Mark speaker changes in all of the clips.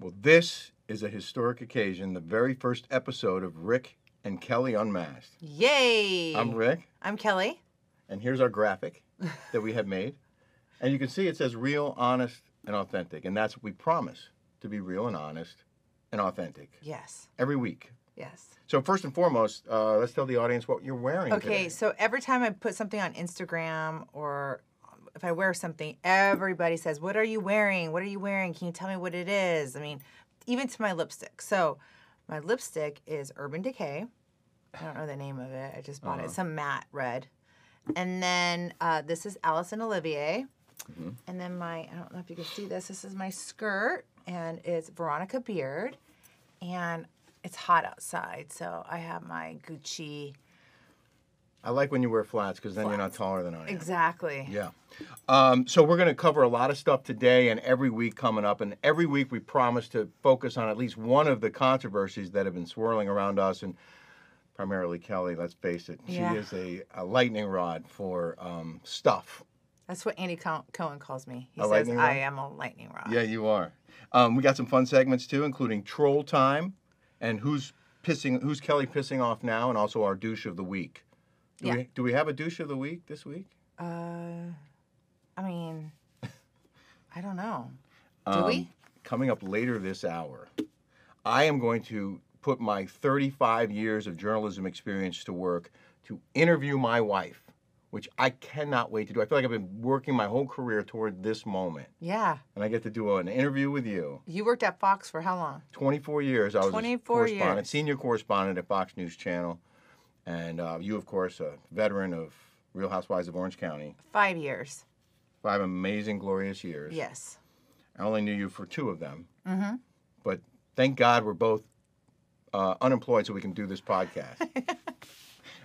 Speaker 1: Well, this is a historic occasion, the very first episode of Rick and Kelly Unmasked.
Speaker 2: Yay!
Speaker 1: I'm Rick,
Speaker 2: I'm Kelly.
Speaker 1: and here's our graphic that we have made. And you can see it says real, honest, and authentic. And that's what we promise to be real and honest and authentic
Speaker 2: Yes,
Speaker 1: every week.
Speaker 2: yes.
Speaker 1: So, first and foremost, uh, let's tell the audience what you're wearing.
Speaker 2: Okay,
Speaker 1: today.
Speaker 2: so every time I put something on Instagram or if I wear something, everybody says, What are you wearing? What are you wearing? Can you tell me what it is? I mean, even to my lipstick. So my lipstick is Urban Decay. I don't know the name of it. I just bought
Speaker 1: Uh-huh.
Speaker 2: it. Some matte red. And then uh, this is Allison Olivier.
Speaker 1: Mm-hmm.
Speaker 2: And then my, I don't know if you can see this, this is my skirt, and it's Veronica Beard. And it's hot outside, so I have my Gucci.
Speaker 1: I like when you wear flats because then you're not taller than I am.
Speaker 2: Exactly.
Speaker 1: Yeah. Um, so we're going to cover a lot of stuff today and every week coming up. And every week we promise to focus on at least one of the controversies that have been swirling around us and primarily Kelly, let's face it. She
Speaker 2: Yeah.
Speaker 1: is a, a lightning rod for um, stuff.
Speaker 2: That's what Andy Co- Cohen calls me. He
Speaker 1: A
Speaker 2: says,
Speaker 1: lightning rod?
Speaker 2: I am a lightning rod.
Speaker 1: Yeah, you are. Um, we got some fun segments too, including troll time and who's pissing who's Kelly pissing off now and also our douche of the week. Do,
Speaker 2: Yeah.
Speaker 1: we, do we have a douche of the week this week?
Speaker 2: Uh, I mean, I don't know. Do we?
Speaker 1: Um, coming up later this hour, I am going to put my 35 years of journalism experience to work to interview my wife, which I cannot wait to do. I feel like I've been working my whole career toward this moment,
Speaker 2: Yeah.
Speaker 1: and I get to do an interview with you.
Speaker 2: You worked at Fox for how long?
Speaker 1: 24 years I was
Speaker 2: 24
Speaker 1: a correspondent,
Speaker 2: years.
Speaker 1: senior correspondent at Fox News Channel, and uh, you, of course, a veteran of Real Housewives of Orange County.
Speaker 2: Five years.
Speaker 1: Five amazing, glorious years.
Speaker 2: Yes.
Speaker 1: I only knew you for two of them. Mm-hmm. But thank God we're both uh, unemployed so we can do this podcast.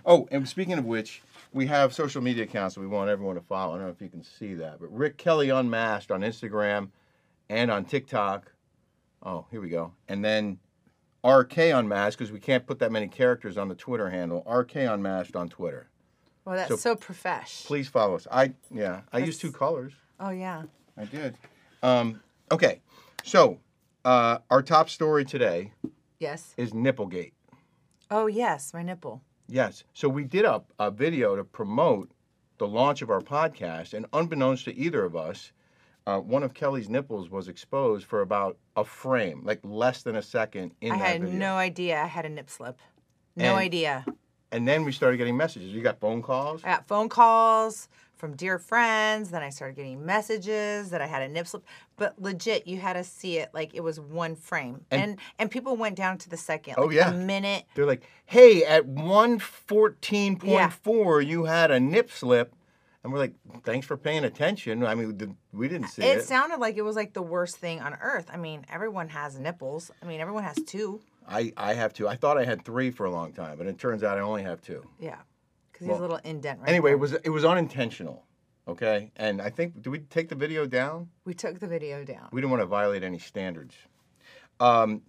Speaker 1: oh, and speaking of which, we have social media accounts that we want everyone to follow. I don't know if you can see that, but Rick Kelly Unmasked on Instagram and on TikTok. Oh, here we go. And then RK Unmasked, because we can't put that many characters on the Twitter handle, RK Unmasked on Twitter.
Speaker 2: Well, that's
Speaker 1: So-
Speaker 2: so, profesh.
Speaker 1: Please follow us. I, yeah, I use two colors.
Speaker 2: Oh, yeah.
Speaker 1: I did. Um, okay, so uh, our top story today
Speaker 2: Yes.
Speaker 1: is Nipplegate.
Speaker 2: Oh, yes. My nipple.
Speaker 1: Yes. So we did a, a video to promote the launch of our podcast, and unbeknownst to either of us, uh, one of Kelly's nipples was exposed for about a frame, like less than a second in
Speaker 2: I
Speaker 1: that
Speaker 2: had
Speaker 1: video.
Speaker 2: no idea I had a nip slip. No
Speaker 1: And-
Speaker 2: idea.
Speaker 1: and then we started getting messages. You got phone calls.
Speaker 2: I got phone calls from dear friends. Then I started getting messages that I had a nip slip. But legit, you had to see it like it was one frame, and and, people went down to the second.
Speaker 1: Oh,
Speaker 2: like,
Speaker 1: yeah.
Speaker 2: a minute.
Speaker 1: They're like, "Hey, at one fourteen point four, you had a nip slip," and we're like, "Thanks for paying attention." I mean, th- we didn't see
Speaker 2: It
Speaker 1: it.
Speaker 2: sounded like it was like the worst thing on earth. I mean, everyone has nipples. I mean, everyone has two.
Speaker 1: I, I have two. I thought I had three for a long time, but it turns out I only have two.
Speaker 2: Yeah, because there's a little indent right.
Speaker 1: Anyway,
Speaker 2: there.
Speaker 1: it was it was unintentional, okay? And I think did we take the video down?
Speaker 2: we took the video down.
Speaker 1: We didn't want to violate any standards.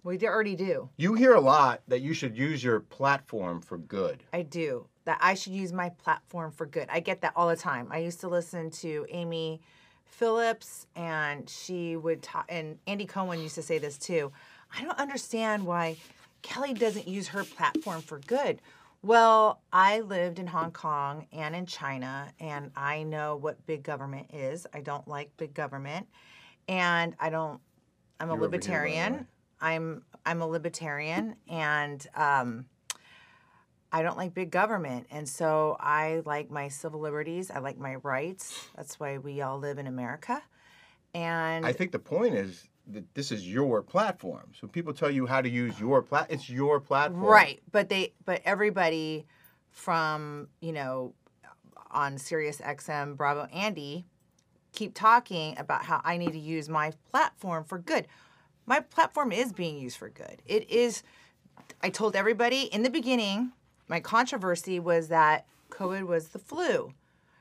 Speaker 2: We d- already do.
Speaker 1: You hear a lot that you should use your platform for good.
Speaker 2: I do. That I should use my platform for good. I get that all the time. I used to listen to Amy Phillips, and she would talk, and Andy Cohen used to say this too. I don't understand why Kelly doesn't use her platform for good. Well, I lived in Hong Kong and in China, and I know what big government is. I don't like big government, and I don't. I'm a
Speaker 1: You're over here, by the way.
Speaker 2: libertarian. I'm I'm a libertarian, and um, I don't like big government. And so I like my civil liberties. I like my rights. That's why we all live in America. And
Speaker 1: I think the point is that this is your platform. So people tell you how to use your plat. It's your platform.
Speaker 2: right, but they but everybody from, you know, on Sirius XM Bravo Andy keep talking about how I need to use my platform for good. my platform is being used for good. It is, I told everybody in the beginning, my controversy was that COVID was the flu.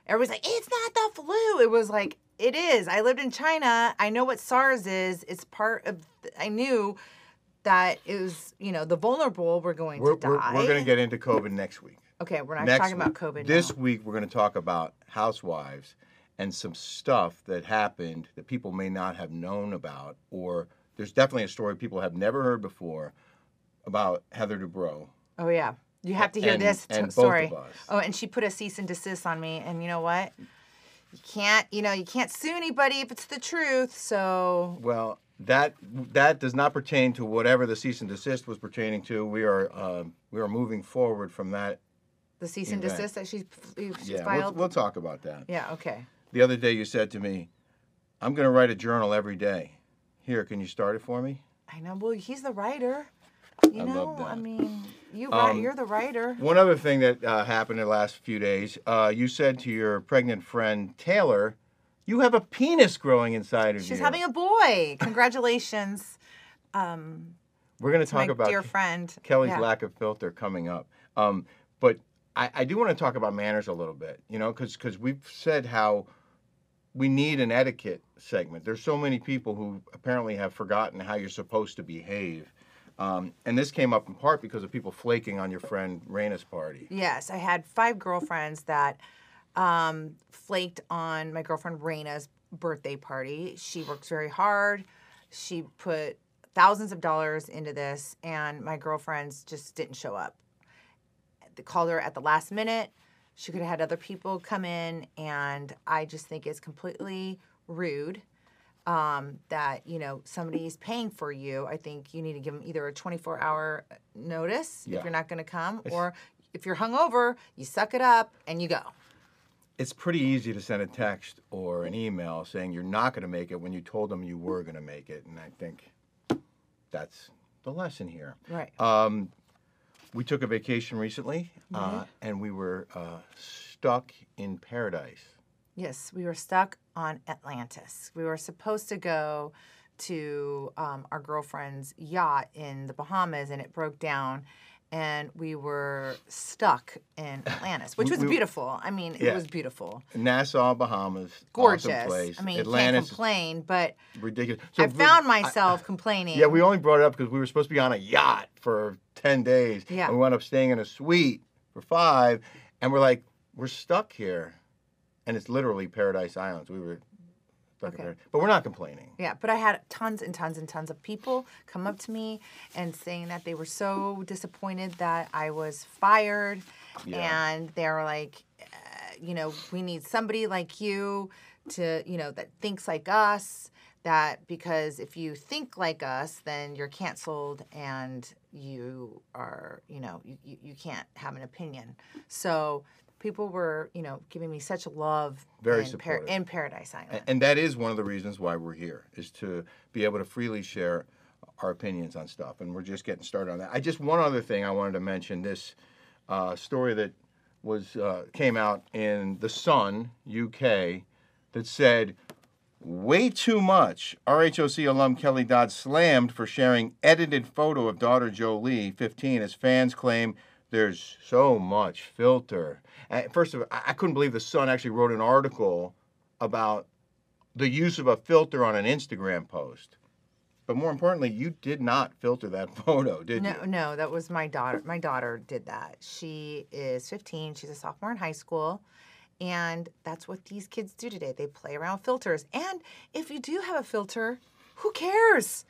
Speaker 2: Everybody's like, it's not the flu. It was like, it is. I lived in China. I know what SARS is. It's part of, I knew that it was, you know, the vulnerable were going
Speaker 1: We're,
Speaker 2: to die.
Speaker 1: we're, we're going to get into COVID next week.
Speaker 2: okay, we're not
Speaker 1: next
Speaker 2: talking about
Speaker 1: week.
Speaker 2: COVID.
Speaker 1: This
Speaker 2: now.
Speaker 1: week, we're going to talk about housewives and some stuff that happened that people may not have known about, or there's definitely a story people have never heard before about Heather Dubrow.
Speaker 2: Oh, yeah. You have to hear
Speaker 1: And-
Speaker 2: this.
Speaker 1: and both of
Speaker 2: Sorry.
Speaker 1: us.
Speaker 2: Oh, and she put a cease and desist on me. And you know what? You can't, you know, you can't sue anybody if it's the truth. So
Speaker 1: Well, that that does not pertain to whatever the cease and desist was pertaining to. We are um, we are moving forward from that.
Speaker 2: the cease and
Speaker 1: You're right.
Speaker 2: desist that she's, she's
Speaker 1: Yeah, we'll,
Speaker 2: filed.
Speaker 1: we'll talk about that.
Speaker 2: yeah, okay.
Speaker 1: The other day, you said to me, "I'm going to write a journal every day." Here, can you start it for me?
Speaker 2: I know. Well, he's the writer. You
Speaker 1: I
Speaker 2: know,
Speaker 1: love
Speaker 2: I
Speaker 1: that.
Speaker 2: mean, you write,
Speaker 1: Um,
Speaker 2: you're the writer.
Speaker 1: One other thing that uh, happened in the last few days, uh, you said to your pregnant friend Taylor, "You have a penis growing inside of you."
Speaker 2: She's having a boy. Congratulations,
Speaker 1: We're going to talk
Speaker 2: my
Speaker 1: about
Speaker 2: dear friend.
Speaker 1: Kelly's
Speaker 2: Yeah.
Speaker 1: lack of filter coming up. Um, but I, I do want to talk about manners a little bit, you know, because we've said how we need an etiquette segment. There's so many people who apparently have forgotten how you're supposed to behave. Um, and this came up in part because of people flaking on your friend Raina's party.
Speaker 2: Yes, I had five girlfriends that um, flaked on my girlfriend Raina's birthday party. She works very hard. She put thousands of dollars into this, and my girlfriends just didn't show up. They called her at the last minute. She could have had other people come in, and I just think it's completely rude um, that you know somebody's paying for you. I think you need to give them either a 24-hour notice
Speaker 1: Yeah.
Speaker 2: if you're not going to come, or if you're hungover, you suck it up and you go.
Speaker 1: It's pretty easy to send a text or an email saying you're not going to make it when you told them you were going to make it. And I think that's the lesson here.
Speaker 2: Right.
Speaker 1: Um, we took a vacation recently, uh, and we were uh, stuck in paradise.
Speaker 2: yes, we were stuck on Atlantis. We were supposed to go to um, our girlfriend's yacht in the Bahamas, and it broke down. And we were stuck in Atlantis, which was beautiful. I mean, it
Speaker 1: Yeah.
Speaker 2: was beautiful,
Speaker 1: Nassau, Bahamas, awesome
Speaker 2: gorgeous.
Speaker 1: place.
Speaker 2: I mean, you can't
Speaker 1: Atlantis,
Speaker 2: complain, but
Speaker 1: ridiculous. So
Speaker 2: I
Speaker 1: we-
Speaker 2: found myself complaining.
Speaker 1: Yeah, we only brought it up because we were supposed to be on a yacht for ten days.
Speaker 2: Yeah.
Speaker 1: and we wound up staying in a suite for five, and we're like, we're stuck here, and it's literally Paradise Islands. We were stuck in
Speaker 2: Okay.
Speaker 1: Paradise, but we're not complaining.
Speaker 2: Yeah, but I had tons and tons and tons of people come up to me and saying that they were so disappointed that I was fired.
Speaker 1: Yeah.
Speaker 2: And they were like, uh, you know, we need somebody like you to, you know, that thinks like us. That because if you think like us, then you're canceled and you are, you know, you, you, you can't have an opinion. So people were, you know, giving me such love
Speaker 1: Very
Speaker 2: in,
Speaker 1: supportive.
Speaker 2: in Paradise Island.
Speaker 1: And that is one of the reasons why we're here, is to be able to freely share our opinions on stuff. And we're just getting started on that. I just one other thing I wanted to mention this uh, story that was uh, came out in the Sun UK that said way too much. RHOC alum Kelly Dodd slammed for sharing edited photo of daughter Jolie, 15, as fans claim there's so much filter. Uh, First of all, I I couldn't believe the Sun actually wrote an article about the use of a filter on an Instagram post. But more importantly, you did not filter that photo, did
Speaker 2: No,
Speaker 1: you?
Speaker 2: no, that was my daughter. My daughter did that. She is 15. She's a sophomore in high school. And that's what these kids do today. They play around with filters. And if you do have a filter, who cares?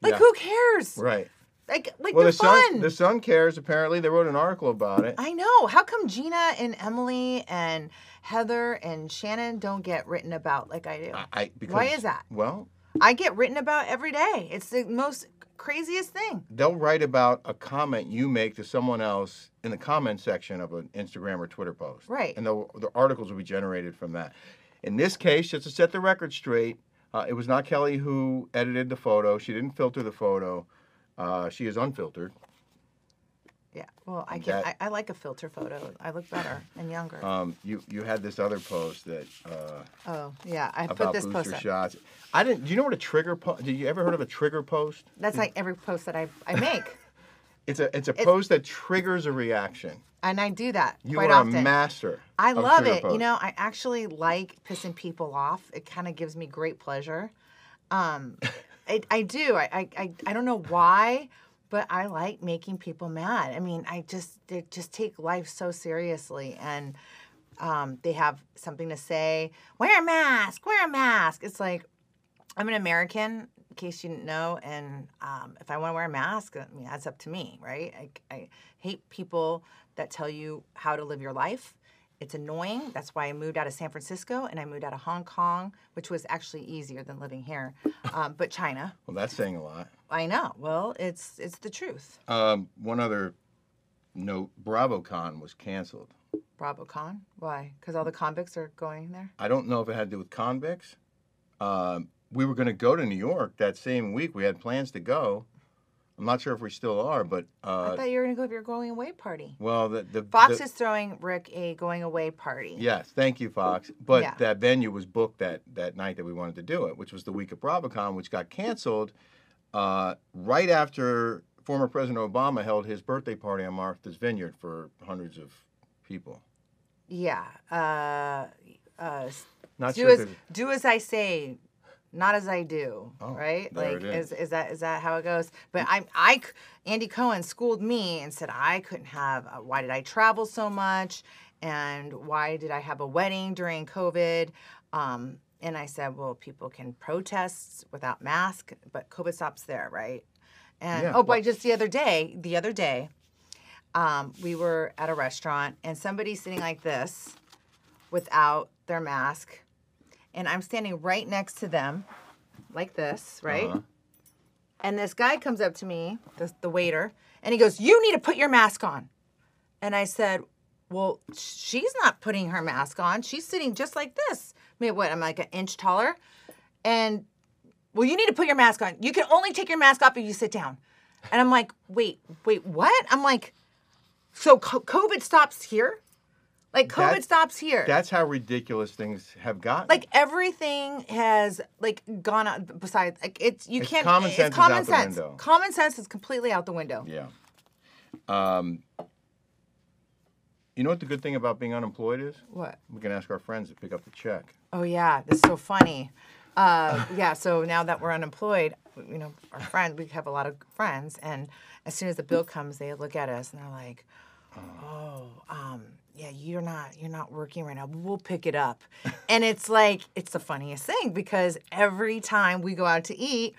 Speaker 2: Like
Speaker 1: Yeah.
Speaker 2: who cares?
Speaker 1: Right.
Speaker 2: Like like
Speaker 1: Well, the
Speaker 2: they're
Speaker 1: sun,
Speaker 2: fun.
Speaker 1: the sun cares. Apparently, they wrote an article about it.
Speaker 2: I know. How come Gina and Emily and Heather and Shannon don't get written about like I do?
Speaker 1: I, because,
Speaker 2: Why is that?
Speaker 1: Well,
Speaker 2: I get written about every day. It's the most craziest thing.
Speaker 1: they'll write about a comment you make to someone else in the comment section of an Instagram or Twitter post.
Speaker 2: Right.
Speaker 1: And the, the articles will be generated from that. In this case, just to set the record straight, uh, it was not Kelly who edited the photo. She didn't filter the photo. Uh, she is unfiltered.
Speaker 2: Yeah. Well, I
Speaker 1: And
Speaker 2: can.
Speaker 1: that-
Speaker 2: I, I like a filter photo. I look better and younger.
Speaker 1: Um, you you had this other post that uh,
Speaker 2: oh yeah, I put
Speaker 1: about
Speaker 2: this post
Speaker 1: booster
Speaker 2: up.
Speaker 1: shots. I didn't. Do you know what a trigger post? Did you ever heard of a trigger post?
Speaker 2: That's like every post that I I make,
Speaker 1: It's a it's a post that triggers a reaction.
Speaker 2: and I do that
Speaker 1: You
Speaker 2: quite
Speaker 1: are
Speaker 2: often.
Speaker 1: a master.
Speaker 2: I
Speaker 1: of
Speaker 2: love
Speaker 1: trigger
Speaker 2: it. You
Speaker 1: posts.
Speaker 2: know, I actually like pissing people off. It kind of gives me great pleasure. Um, I, I do. I, I- I, I don't know why, but I like making people mad. I mean, I just they just take life so seriously, and um, they have something to say. Wear a mask. Wear a mask. It's like I'm an American, in case you didn't know, and um, if I want to wear a mask, I mean that's up to me, right? I, I hate people that tell you how to live your life. It's annoying. That's why I moved out of San Francisco and I moved out of Hong Kong, which was actually easier than living here. Um, but China,
Speaker 1: Well, that's saying a lot.
Speaker 2: I know. Well, it's it's the truth.
Speaker 1: Um, one other note: BravoCon was canceled.
Speaker 2: BravoCon, why? Because all the convicts are going there.
Speaker 1: I don't know if it had to do with convicts. Um, we were going to go to New York that same week. We had plans to go. I'm not sure if we still are, but
Speaker 2: I
Speaker 1: uh,
Speaker 2: thought you were gonna go to your going away party.
Speaker 1: well, the the
Speaker 2: Fox
Speaker 1: the-
Speaker 2: is throwing Rick a going away party.
Speaker 1: Yes, thank you, Fox. But
Speaker 2: Yeah.
Speaker 1: that venue was booked that, that night that we wanted to do it, which was the week of BravoCon, which got canceled uh, right after former President Obama held his birthday party on Martha's Vineyard for hundreds of people.
Speaker 2: Yeah. Uh, uh, s-
Speaker 1: Not
Speaker 2: do
Speaker 1: sure if
Speaker 2: as
Speaker 1: it-
Speaker 2: do as I say, not as I do.
Speaker 1: Oh,
Speaker 2: right?
Speaker 1: there
Speaker 2: like
Speaker 1: it is.
Speaker 2: is is that is that how it goes? But I I c- Andy Cohen schooled me and said I couldn't have. Uh, why did I travel so much? And why did I have a wedding during COVID? Um, and I said, well, people can protest without mask, but COVID stops there, right? And
Speaker 1: Yeah,
Speaker 2: oh, boy, just the other day, the other day, um, we were at a restaurant and somebody sitting like this without their mask and i'm standing right next to them like this right
Speaker 1: Uh-huh.
Speaker 2: and this guy comes up to me the, the waiter and he goes you need to put your mask on and i said well sh- she's not putting her mask on she's sitting just like this i mean what i'm like an inch taller and well you need to put your mask on you can only take your mask off if you sit down and i'm like wait wait what i'm like so co- covid stops here like covid
Speaker 1: That-
Speaker 2: stops here
Speaker 1: That's how ridiculous things have gotten.
Speaker 2: like everything has like gone out besides like it's you
Speaker 1: It's
Speaker 2: can't
Speaker 1: common
Speaker 2: it's
Speaker 1: sense is
Speaker 2: common
Speaker 1: out the
Speaker 2: sense
Speaker 1: window.
Speaker 2: common sense is completely out the window
Speaker 1: yeah. Um, you know what the good thing about being unemployed is?
Speaker 2: what
Speaker 1: We can ask our friends to pick up the check.
Speaker 2: oh yeah that's so funny uh, yeah so now that we're unemployed you know our friend we have a lot of friends and as soon as the bill comes they look at us and they're like oh um yeah you're not you're not working right now but we'll pick it up and it's like it's the funniest thing because every time we go out to eat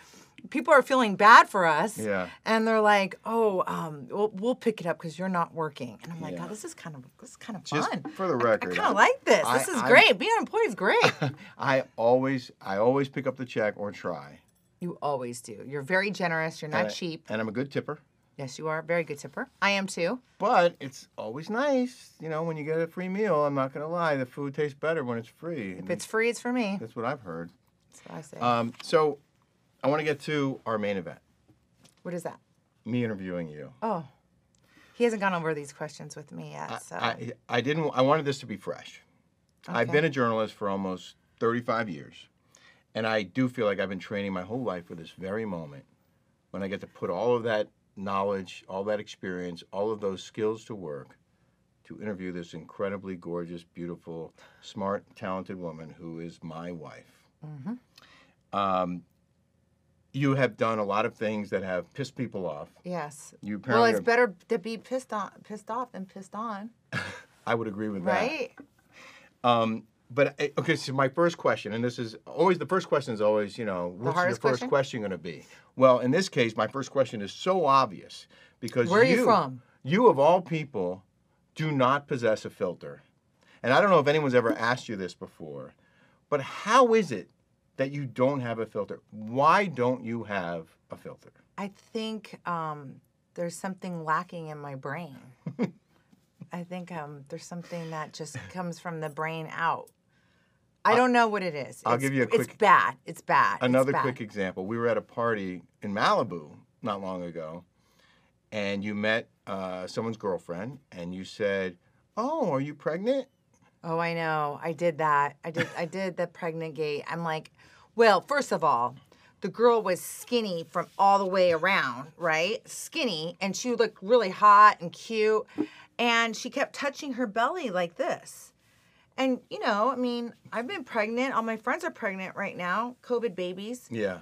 Speaker 2: people are feeling bad for us
Speaker 1: Yeah.
Speaker 2: and they're like oh um we'll, we'll pick it up because you're not working and i'm like
Speaker 1: Yeah.
Speaker 2: oh this is kind of this is kind of
Speaker 1: Just
Speaker 2: fun
Speaker 1: for the
Speaker 2: I-
Speaker 1: record,
Speaker 2: i, kind
Speaker 1: I-
Speaker 2: of like this
Speaker 1: I-
Speaker 2: this is
Speaker 1: I'm-
Speaker 2: great being unemployed is great
Speaker 1: I always, I always pick up the check or try.
Speaker 2: you always do you're very generous you're not
Speaker 1: And I-
Speaker 2: cheap
Speaker 1: And I'm a good tipper.
Speaker 2: yes you are very good tipper i am too
Speaker 1: But it's always nice, you know, when you get a free meal. I'm not gonna lie, the food tastes better when it's free.
Speaker 2: if it's free it's for me
Speaker 1: That's what I've heard.
Speaker 2: that's what i say
Speaker 1: Um, so, I want to get to our main event.
Speaker 2: what is that
Speaker 1: Me interviewing you.
Speaker 2: Oh, he hasn't gone over these questions with me yet. So
Speaker 1: I, I didn't. I wanted this to be fresh. I've
Speaker 2: Okay.
Speaker 1: been a journalist for almost 35 years, and I do feel like I've been training my whole life for this very moment when I get to put all of that knowledge, all that experience, all of those skills to work to interview this incredibly gorgeous, beautiful, smart, talented woman who is my wife.
Speaker 2: Mm-hmm.
Speaker 1: Um, you have done a lot of things that have pissed people off.
Speaker 2: yes.
Speaker 1: You
Speaker 2: Well,
Speaker 1: apparently,
Speaker 2: it's better to be pissed on, pissed off than pissed on,
Speaker 1: I would agree with that.
Speaker 2: right?
Speaker 1: Um, but I- okay, so my first question, and this is always the first question is always, you know, what's your
Speaker 2: hardest
Speaker 1: first
Speaker 2: question?
Speaker 1: question, going to be? Well, in this case, my first question is so obvious because
Speaker 2: Where are you from?
Speaker 1: You of all people do not possess a filter, and I don't know if anyone's ever asked you this before, but how is it that you don't have a filter? Why don't you have a filter?
Speaker 2: I think um, there's something lacking in my brain. I think um, there's something that just comes from the brain out. I don't know what it is.
Speaker 1: I'll
Speaker 2: It's-
Speaker 1: give you a
Speaker 2: It's
Speaker 1: quick-
Speaker 2: bad. It's bad. It's
Speaker 1: Another
Speaker 2: bad.
Speaker 1: quick example. We were at a party in Malibu not long ago, and you met uh, someone's girlfriend and you said, "Oh, are you pregnant?"
Speaker 2: Oh, I know. I did that. I did. I did the pregnant gate. I'm like, well, first of all, the girl was skinny from all the way around, right? Skinny, and she looked really hot and cute, and she kept touching her belly like this. And you know, I mean, I've been pregnant. All my friends are pregnant right now, COVID babies,
Speaker 1: Yeah.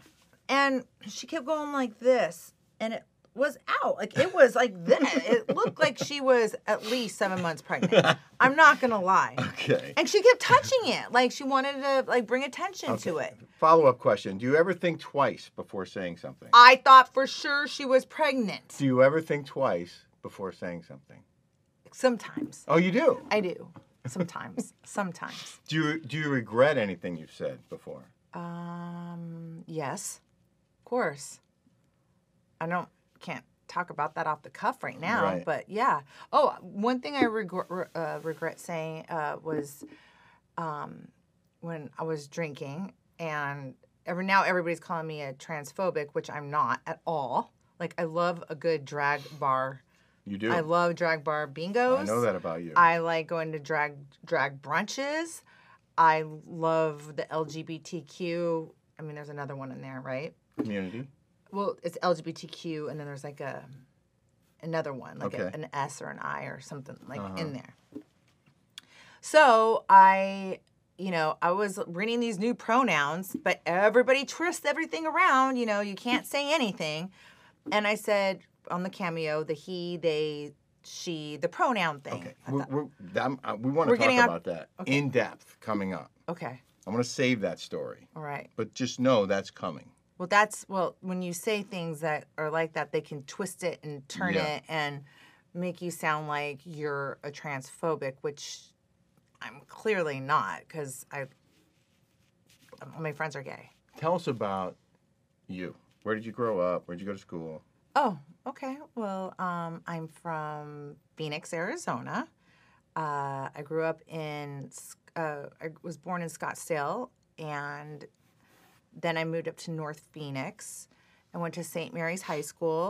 Speaker 2: and she kept going like this, and it was out. Like it was like that. It looked like she was at least seven months pregnant. I'm not gonna lie.
Speaker 1: Okay.
Speaker 2: And she kept touching it, like she wanted to like bring attention to it.
Speaker 1: Follow up question: Do you ever think twice before saying something?
Speaker 2: I thought for sure she was pregnant.
Speaker 1: Do you ever think twice before saying something?
Speaker 2: Sometimes
Speaker 1: Oh, you do.
Speaker 2: I do. Sometimes, sometimes.
Speaker 1: Do you do you regret anything you've said before?
Speaker 2: Um, yes, of course. I don't can't talk about that off the cuff right now,
Speaker 1: Right.
Speaker 2: but yeah. Oh, one thing I regret uh, regret saying uh, was um, when I was drinking, and every now everybody's calling me a transphobic, which I'm not at all. Like I love a good drag bar.
Speaker 1: You do.
Speaker 2: I love drag bar bingos.
Speaker 1: I know that about you.
Speaker 2: I like going to drag drag brunches. I love the LGBTQ. I mean, there's another one in there, right?
Speaker 1: Community.
Speaker 2: Well, it's LGBTQ, and then there's like a another one, like a-
Speaker 1: Okay. Uh-huh.
Speaker 2: an S or an I or something like in there. So I, you know, I was reading these new pronouns, but everybody twists everything around. You know, you can't say anything. And I said on the cameo, the he, they, she, the pronoun thing.
Speaker 1: Okay. We're, we're, I'm- I- we want to
Speaker 2: We're
Speaker 1: talk
Speaker 2: getting out-
Speaker 1: about that in depth coming up.
Speaker 2: Okay.
Speaker 1: I'm going to save that story,
Speaker 2: All right.
Speaker 1: but just know that's coming.
Speaker 2: Well, that's well. When you say things that are like that, they can twist it and turn
Speaker 1: Yeah.
Speaker 2: it and make you sound like you're a transphobic, which I'm clearly not because I all my friends are gay.
Speaker 1: Tell us about you. Where did you grow up? Where did you go to school?
Speaker 2: Oh, okay. Well, um, I'm from Phoenix, Arizona. Uh, I grew up in. S- Uh, I was born in Scottsdale, and then I moved up to North Phoenix. I went to St. Mary's High School.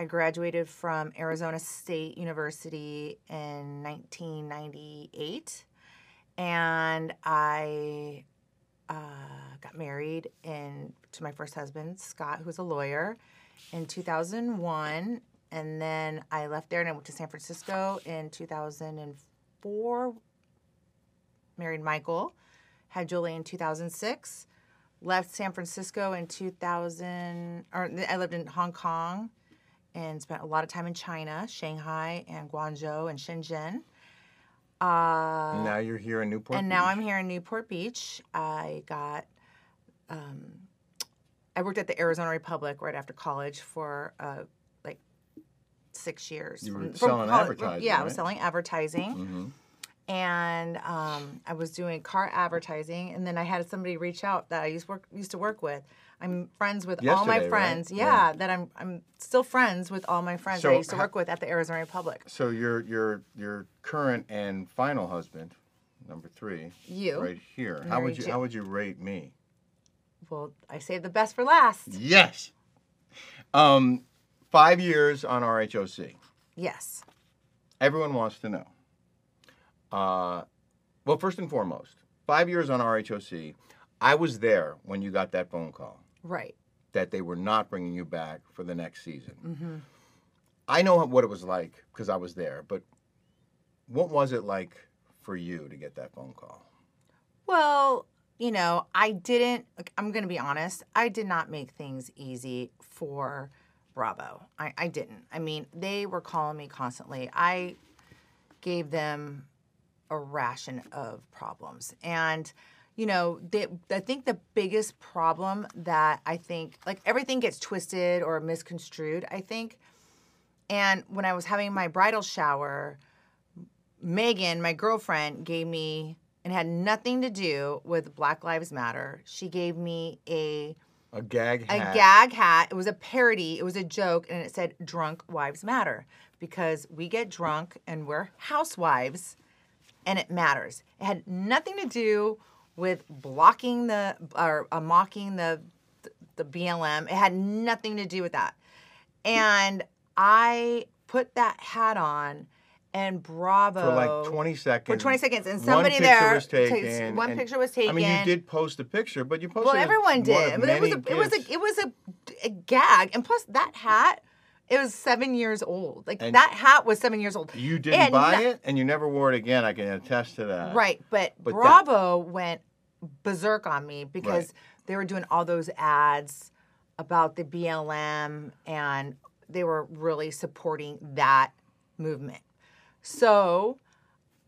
Speaker 2: I graduated from Arizona State University in 1998, and I uh, got married in to my first husband Scott, who's a lawyer, in 2001, and then I left there and I went to San Francisco in 2004. Married Michael, had Julie in 2006, left San Francisco in 2000, or I lived in Hong Kong, and spent a lot of time in China, Shanghai, and Guangzhou and Shenzhen. Uh,
Speaker 1: now you're here in Newport.
Speaker 2: and now
Speaker 1: Beach.
Speaker 2: I'm here in Newport Beach. I got, um, I worked at the Arizona Republic right after college for uh, like six years.
Speaker 1: You were
Speaker 2: From- from
Speaker 1: selling
Speaker 2: colle-
Speaker 1: advertising,
Speaker 2: Yeah, I was
Speaker 1: right? Mm-hmm.
Speaker 2: selling advertising, and um, I was doing car advertising. And then I had somebody reach out that I used work used to work with. I'm friends with all
Speaker 1: Yesterday,
Speaker 2: my
Speaker 1: right?
Speaker 2: friends. Yeah, that I'm I'm still friends with all my friends that
Speaker 1: So
Speaker 2: I used to
Speaker 1: ho-
Speaker 2: work with at the Arizona Republic.
Speaker 1: So your your your current and final husband, number three.
Speaker 2: You.
Speaker 1: Right here. How would
Speaker 2: Married
Speaker 1: you
Speaker 2: you.
Speaker 1: How would you rate me?
Speaker 2: Well, I saved the best for last.
Speaker 1: Mm. Yes. Um, five years on RHOC.
Speaker 2: Yes.
Speaker 1: Everyone wants to know. Uh, well, first and foremost, five years on RHOC. I was there when you got that phone call
Speaker 2: Right.
Speaker 1: that they were not bringing you back for the next season.
Speaker 2: Mm-hmm.
Speaker 1: I know what it was like because I was there, but what was it like for you to get that phone call?
Speaker 2: Well, you know, I didn't. Like, I'm going to be honest. I did not make things easy for Bravo. I, I didn't. I mean, they were calling me constantly. I gave them a ration of problems, and you know, they, I think the biggest problem that I think, like everything gets twisted or misconstrued. I think, and when I was having my bridal shower, Megan, my girlfriend, gave me and had nothing to do with Black Lives Matter. She gave me a
Speaker 1: A gag
Speaker 2: a
Speaker 1: hat.
Speaker 2: gag hat. It was a parody. It was a joke, and it said "Drunk Wives Matter" because we get drunk and we're housewives, and it matters. It had nothing to do with blocking the or uh, mocking the the BLM. It had nothing to do with that. And I put that hat on, and bravo.
Speaker 1: for like 20 seconds.
Speaker 2: For 20 seconds, and
Speaker 1: One
Speaker 2: somebody
Speaker 1: picture
Speaker 2: there
Speaker 1: was
Speaker 2: takes-
Speaker 1: taken,
Speaker 2: one
Speaker 1: and-
Speaker 2: picture was
Speaker 1: I mean, you
Speaker 2: taken.
Speaker 1: did post a picture, but you posted.
Speaker 2: Well, everyone
Speaker 1: One
Speaker 2: did.
Speaker 1: of
Speaker 2: But it was a,
Speaker 1: many
Speaker 2: it was
Speaker 1: gifs.
Speaker 2: a it was a, a gag, and plus that hat. It was seven years old. Like
Speaker 1: And
Speaker 2: that hat was seven years old.
Speaker 1: You didn't
Speaker 2: And
Speaker 1: buy
Speaker 2: no-
Speaker 1: it, and you never wore it again. I can attest to that.
Speaker 2: Right, but,
Speaker 1: But that-
Speaker 2: Bravo went berserk on me because they were doing all those ads about the BLM and they were really supporting that movement. So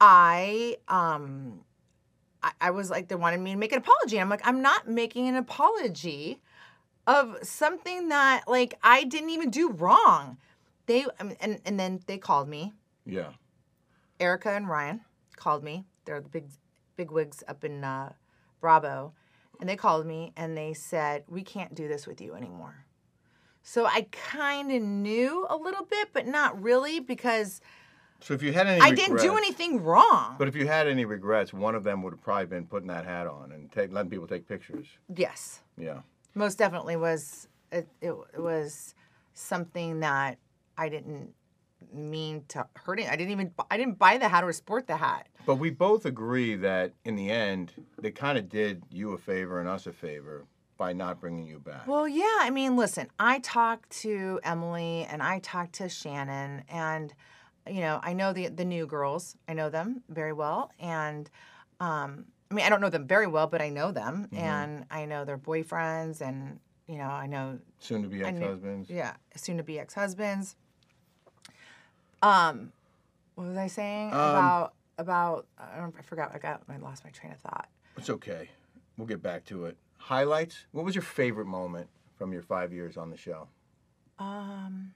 Speaker 2: I um I, I was like they wanted me to make an apology. I'm like, I'm not making an apology of something that like I didn't even do wrong. They I mean, and, and then they called me
Speaker 1: Yeah.
Speaker 2: Erica and Ryan called me. They're the big big wigs up in uh, Bravo, and they called me and they said we can't do this with you anymore. So I kind of knew a little bit, but not really because
Speaker 1: So if you had any,
Speaker 2: I didn't do
Speaker 1: regrets-
Speaker 2: anything wrong.
Speaker 1: But if you had any regrets, one of them would have probably been putting that hat on and take, letting people take pictures.
Speaker 2: yes,
Speaker 1: Yeah.
Speaker 2: most definitely was it, it, it was something that I didn't mean to hurt it. I didn't even I didn't buy the hat or sport the hat.
Speaker 1: But we both agree that in the end, they kind of did you a favor and us a favor by not bringing you back.
Speaker 2: Well, yeah. I mean, listen, I talked to Emily and I talked to Shannon, and you know, I know the the new girls. I know them very well, and um, I mean, I don't know them very well, but I know them, and I know their boyfriends, and you know, I know
Speaker 1: Soon to be ex husbands.
Speaker 2: yeah, soon to be ex husbands. Um, what was I saying about about? I, don't, I forgot. I got. I lost my train of thought.
Speaker 1: It's okay. We'll get back to it. Highlights? What was your favorite moment from your five years on the show?
Speaker 2: Um,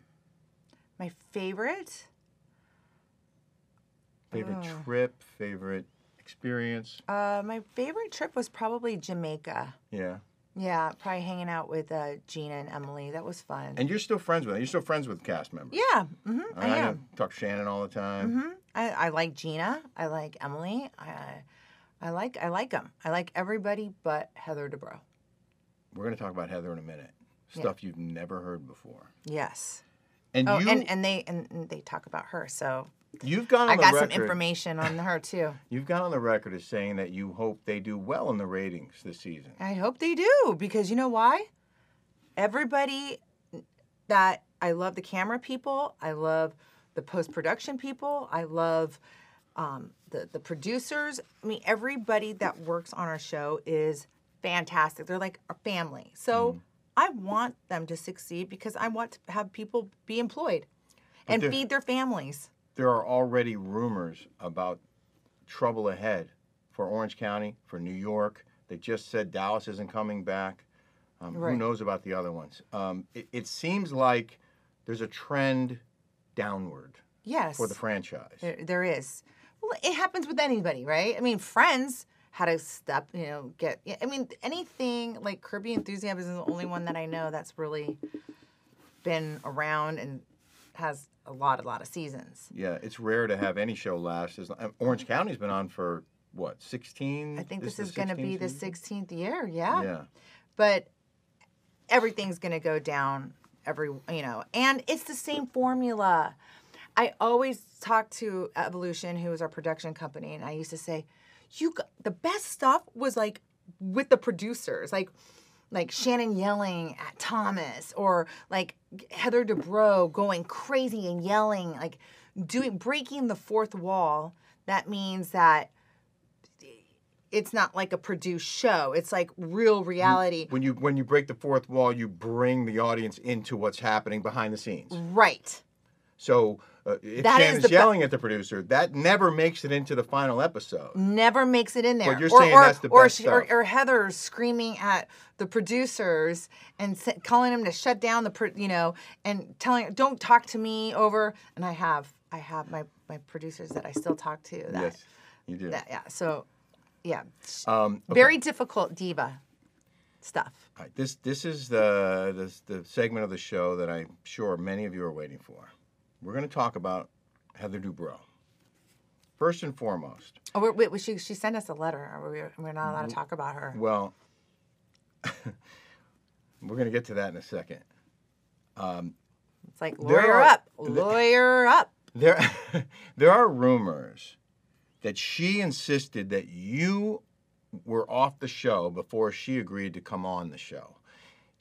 Speaker 2: my favorite.
Speaker 1: Favorite trip? Favorite experience?
Speaker 2: Uh, my favorite trip was probably Jamaica.
Speaker 1: Yeah.
Speaker 2: Yeah, probably hanging out with uh, Gina and Emily. That was fun.
Speaker 1: And you're still friends with them. You're still friends with cast members.
Speaker 2: yeah, hmm I,
Speaker 1: I,
Speaker 2: am.
Speaker 1: talk Shannon all the time.
Speaker 2: hmm I, I like Gina. I like Emily. I, I like I like them. I like everybody but Heather Dubrow. Mm-hmm.
Speaker 1: We're going to talk about Heather in a minute. Stuff you've never heard before.
Speaker 2: Yes.
Speaker 1: And
Speaker 2: Oh,
Speaker 1: you,
Speaker 2: and, and they and and they talk about her. So
Speaker 1: you've got on
Speaker 2: I
Speaker 1: the
Speaker 2: got some
Speaker 1: record.
Speaker 2: information on her too.
Speaker 1: You've got on the record as saying that you hope they do well in the ratings this season.
Speaker 2: I hope they do because you know why? Everybody that I love the camera people, I love the post production people, I love um, the the producers. I mean, everybody that works on our show is fantastic. They're like our family. So
Speaker 1: Mm-hmm.
Speaker 2: I want them to succeed because I want to have people be employed and
Speaker 1: they're-
Speaker 2: feed their families.
Speaker 1: There are already rumors about trouble ahead for Orange County, for New York. They just said Dallas isn't coming back. Um, Who
Speaker 2: Right.
Speaker 1: knows about the other ones? Um, it, it seems like there's a trend downward
Speaker 2: Yes.
Speaker 1: for the franchise.
Speaker 2: There, there is. Well, it happens with anybody, right? I mean, Friends had a step, you know, get. yeah, I mean, anything like Kirby Enthusiasm is the only one that I know that's really been around and has a lot, a lot of seasons.
Speaker 1: Yeah, it's rare to have any show last. As, uh, Orange County's been on for what, 16?
Speaker 2: I think this,
Speaker 1: the
Speaker 2: is going to be
Speaker 1: 16th
Speaker 2: the
Speaker 1: season?
Speaker 2: 16th year,
Speaker 1: Yeah.
Speaker 2: but everything's going to go down every you know and it's the same formula i always talk to evolution who is our production company and i used to say you g- the best stuff was like with the producers like like shannon yelling at thomas or like heather dubrow going crazy and yelling like doing breaking the fourth wall that means that it's not like a produced show it's like real reality
Speaker 1: When you when you break the fourth wall, you bring the audience into what's happening behind the scenes.
Speaker 2: Right.
Speaker 1: So uh, if
Speaker 2: Mm. That is
Speaker 1: Shannon's
Speaker 2: the be-
Speaker 1: yelling at the producer, that never makes it into the final episode.
Speaker 2: Never makes it in there.
Speaker 1: you're saying that's the
Speaker 2: or,
Speaker 1: best
Speaker 2: she- or,
Speaker 1: stuff.
Speaker 2: or Heather screaming at the producers and sa- calling them to shut down the, pro- you know, and telling, don't talk to me over. And I have, I have my, my producers that I still talk to. That,
Speaker 1: Yes, Um, you do.
Speaker 2: that- yeah. So, yeah. Very difficult diva stuff.
Speaker 1: All right, this this is the, this, the segment of the show that I'm sure many of you are waiting for. We're going to talk about Heather Dubrow. First and foremost,
Speaker 2: Oh, wait, wait, she, she sent us a letter. Are we, we're not allowed
Speaker 1: Mm-hmm.
Speaker 2: to talk about her.
Speaker 1: Well, we're going to get to that in a second. Um,
Speaker 2: It's like
Speaker 1: There
Speaker 2: lawyer
Speaker 1: are-
Speaker 2: up, lawyer up.
Speaker 1: There, there are rumors that she insisted that you were off the show before she agreed to come on the show.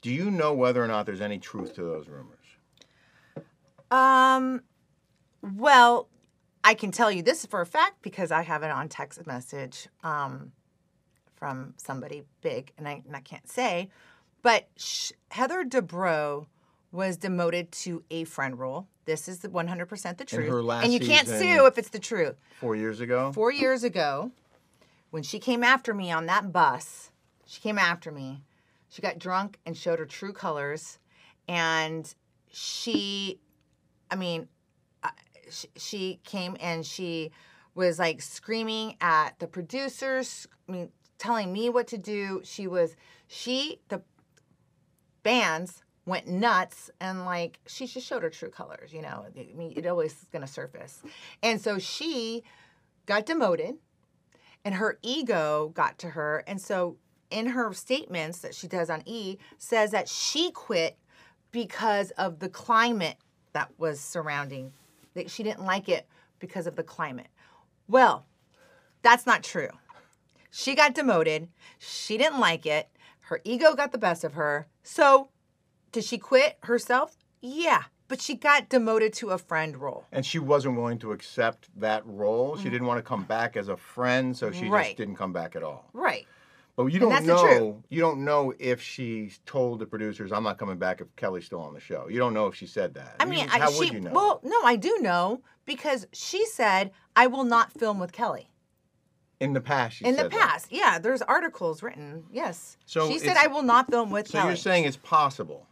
Speaker 1: Do you know whether or not there's any truth to those rumors?
Speaker 2: Um, well, I can tell you this for a fact because I have it on text message um, from somebody big, and I, and I can't say, but sh- Heather Dubrow was demoted to a friend role. This is the 100% the truth.
Speaker 1: her last
Speaker 2: and you can't
Speaker 1: season-
Speaker 2: sue if it's the truth.
Speaker 1: Four years ago?
Speaker 2: Four years ago, when she came after me on that bus, she came after me. She got drunk and showed her true colors. And she, I mean, I- sh- she came and she was like screaming at the producers, I mean, telling me what to do. She was, she, the bands went nuts and like she just showed her true colors, you know. I mean, it always is going to surface. And so she got demoted and her ego got to her. And so in her statements that she does on E says that she quit because of the climate that was surrounding that she didn't like it because of the climate. Well, that's not true. She got demoted. She didn't like it. Her ego got the best of her. So, did she quit herself? Yeah, but she got demoted to a friend role.
Speaker 1: And she wasn't willing to accept that role. She didn't want to come back as a friend, so she
Speaker 2: Mm. Right.
Speaker 1: just didn't come back at all.
Speaker 2: Right.
Speaker 1: But you don't
Speaker 2: that's the truth.
Speaker 1: know. You don't know if she told the producers, "I'm not coming back if Kelly's still on the show." You don't know if she said that.
Speaker 2: I
Speaker 1: You-
Speaker 2: mean,
Speaker 1: how
Speaker 2: I,
Speaker 1: would
Speaker 2: she,
Speaker 1: you know?
Speaker 2: well, no, I do know because she said, I will not film with Kelly.
Speaker 1: in the past, she
Speaker 2: In the
Speaker 1: said that.
Speaker 2: past, yeah, there's articles written. Yes.
Speaker 1: So
Speaker 2: she said,
Speaker 1: it's-
Speaker 2: I will not film with
Speaker 1: So
Speaker 2: Kelly.
Speaker 1: you're saying it's possible.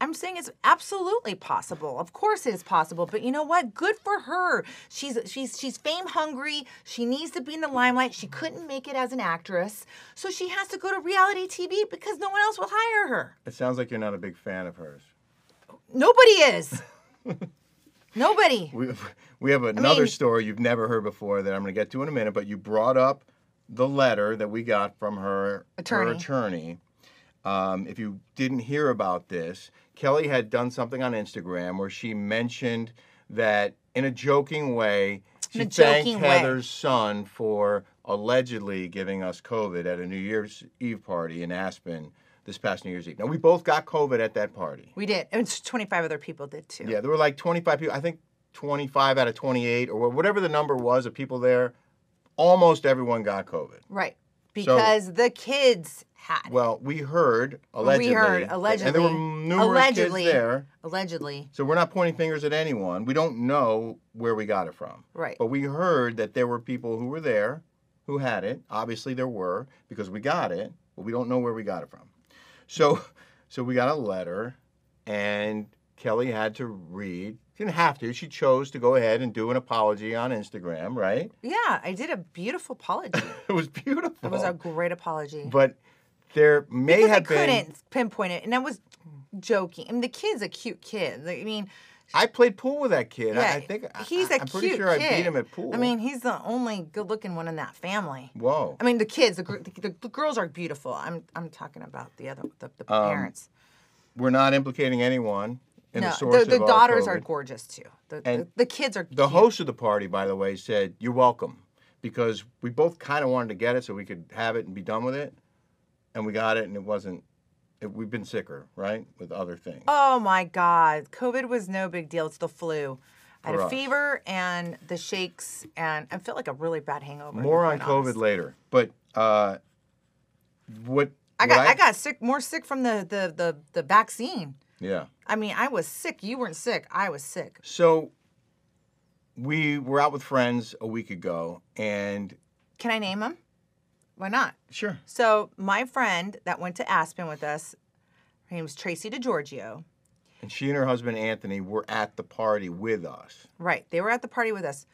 Speaker 2: I'm saying it's absolutely possible. Of course it is possible. But you know what? Good for her. She's she's she's fame hungry. She needs to be in the limelight. She couldn't make it as an actress. So she has to go to reality TV because no one else will hire her.
Speaker 1: It sounds like you're not a big fan of hers.
Speaker 2: Nobody is. Nobody.
Speaker 1: We, we have another
Speaker 2: mean-
Speaker 1: story you've never heard before that I'm going to get to in a minute, but you brought up the letter that we got from her
Speaker 2: Attorney.
Speaker 1: Her attorney. Um, if you didn't hear about this, Kelly had done something on Instagram where she mentioned that in a joking way, she
Speaker 2: In a
Speaker 1: thanked
Speaker 2: joking way.
Speaker 1: Heather's son for allegedly giving us COVID at a New Year's Eve party in Aspen this past New Year's Eve. Now, we both got COVID at that party.
Speaker 2: We did. And 25 other people did too.
Speaker 1: Yeah, there were like 25 people. I think 25 out of 28 or wha- whatever the number was of people there, almost everyone got COVID.
Speaker 2: Right. Because the kids had.
Speaker 1: Well, we heard allegedly.
Speaker 2: we heard
Speaker 1: And there were
Speaker 2: allegedly.
Speaker 1: numerous
Speaker 2: allegedly.
Speaker 1: kids there.
Speaker 2: Allegedly.
Speaker 1: So we're not pointing fingers at anyone. We don't know where we got it from.
Speaker 2: Right.
Speaker 1: But we heard that there were people who were there who had it. Obviously there were because we got it, but we don't know where we got it from. So so we got a letter and Kelly had to read. She didn't have to. She chose to go ahead and do an apology on Instagram, right?
Speaker 2: Yeah, I did a beautiful apology.
Speaker 1: It was beautiful.
Speaker 2: It was a great apology.
Speaker 1: Oh. But there may
Speaker 2: Because I
Speaker 1: have been
Speaker 2: couldn't pinpoint it, and I was joking. I mean, the kid's a cute kid. Like, I mean,
Speaker 1: I played pool with that kid. I, I
Speaker 2: yeah,
Speaker 1: think I-
Speaker 2: he's
Speaker 1: I,
Speaker 2: a
Speaker 1: I'm pretty
Speaker 2: cute
Speaker 1: sure I beat
Speaker 2: kid.
Speaker 1: him at pool.
Speaker 2: I mean, he's the only good-looking one in that family.
Speaker 1: whoa.
Speaker 2: I mean, the kids, the, gr- the, the girls are beautiful. I'm I'm talking about the other the, the parents.
Speaker 1: We're not implicating anyone Um, in
Speaker 2: no,
Speaker 1: the source
Speaker 2: the,
Speaker 1: of our
Speaker 2: daughters are
Speaker 1: COVID.
Speaker 2: gorgeous too. The, the,
Speaker 1: And
Speaker 2: the kids are
Speaker 1: The
Speaker 2: cute.
Speaker 1: host of the party, by the way, said, "You're welcome," because we both kind of wanted to get it so we could have it and be done with it, and we got it, and it wasn't. It, we've been sicker, right, with other things.
Speaker 2: Oh my God. COVID was no big deal. It's the flu. I had
Speaker 1: For
Speaker 2: a
Speaker 1: us.
Speaker 2: fever and the shakes, and I felt like a really bad hangover. to be
Speaker 1: More on
Speaker 2: quite
Speaker 1: COVID
Speaker 2: honest.
Speaker 1: later, but uh, what
Speaker 2: I got
Speaker 1: what
Speaker 2: I, got sick more sick from the, the the the vaccine.
Speaker 1: yeah.
Speaker 2: I mean, I was sick. You weren't sick. I was sick.
Speaker 1: So we were out with friends a week ago, and
Speaker 2: Can I name him? Why not?
Speaker 1: sure,
Speaker 2: So my friend that went to Aspen with us, her name was Tracy DiGiorgio.
Speaker 1: and she and her husband Anthony were at the party with us,
Speaker 2: Right. They were at the party with us.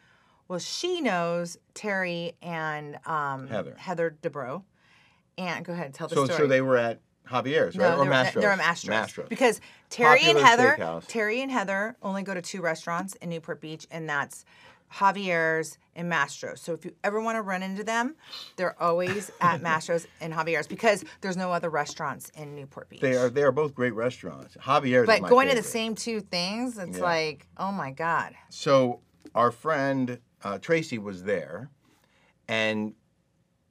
Speaker 2: Well, she knows Terry and um,
Speaker 1: Heather.
Speaker 2: Heather Dubrow. And go ahead, tell the
Speaker 1: So,
Speaker 2: story.
Speaker 1: so they were at Javier's, right?
Speaker 2: No,
Speaker 1: or
Speaker 2: they're,
Speaker 1: Mastro's.
Speaker 2: they're at Mastro's.
Speaker 1: Mastro's.
Speaker 2: Because Terry
Speaker 1: Popular
Speaker 2: and Heather,
Speaker 1: steakhouse.
Speaker 2: Terry and Heather only go to two restaurants in Newport Beach, and that's Javier's, and Mastro's. So if you ever want to run into them, they're always at Mastro's and Javier's because there's no other restaurants in Newport Beach.
Speaker 1: They are they are both great restaurants. Javier's. is
Speaker 2: but
Speaker 1: my
Speaker 2: going to the
Speaker 1: favorite.
Speaker 2: same two things, it's
Speaker 1: Yeah.
Speaker 2: like, oh my God.
Speaker 1: So our friend uh, Tracy was there, and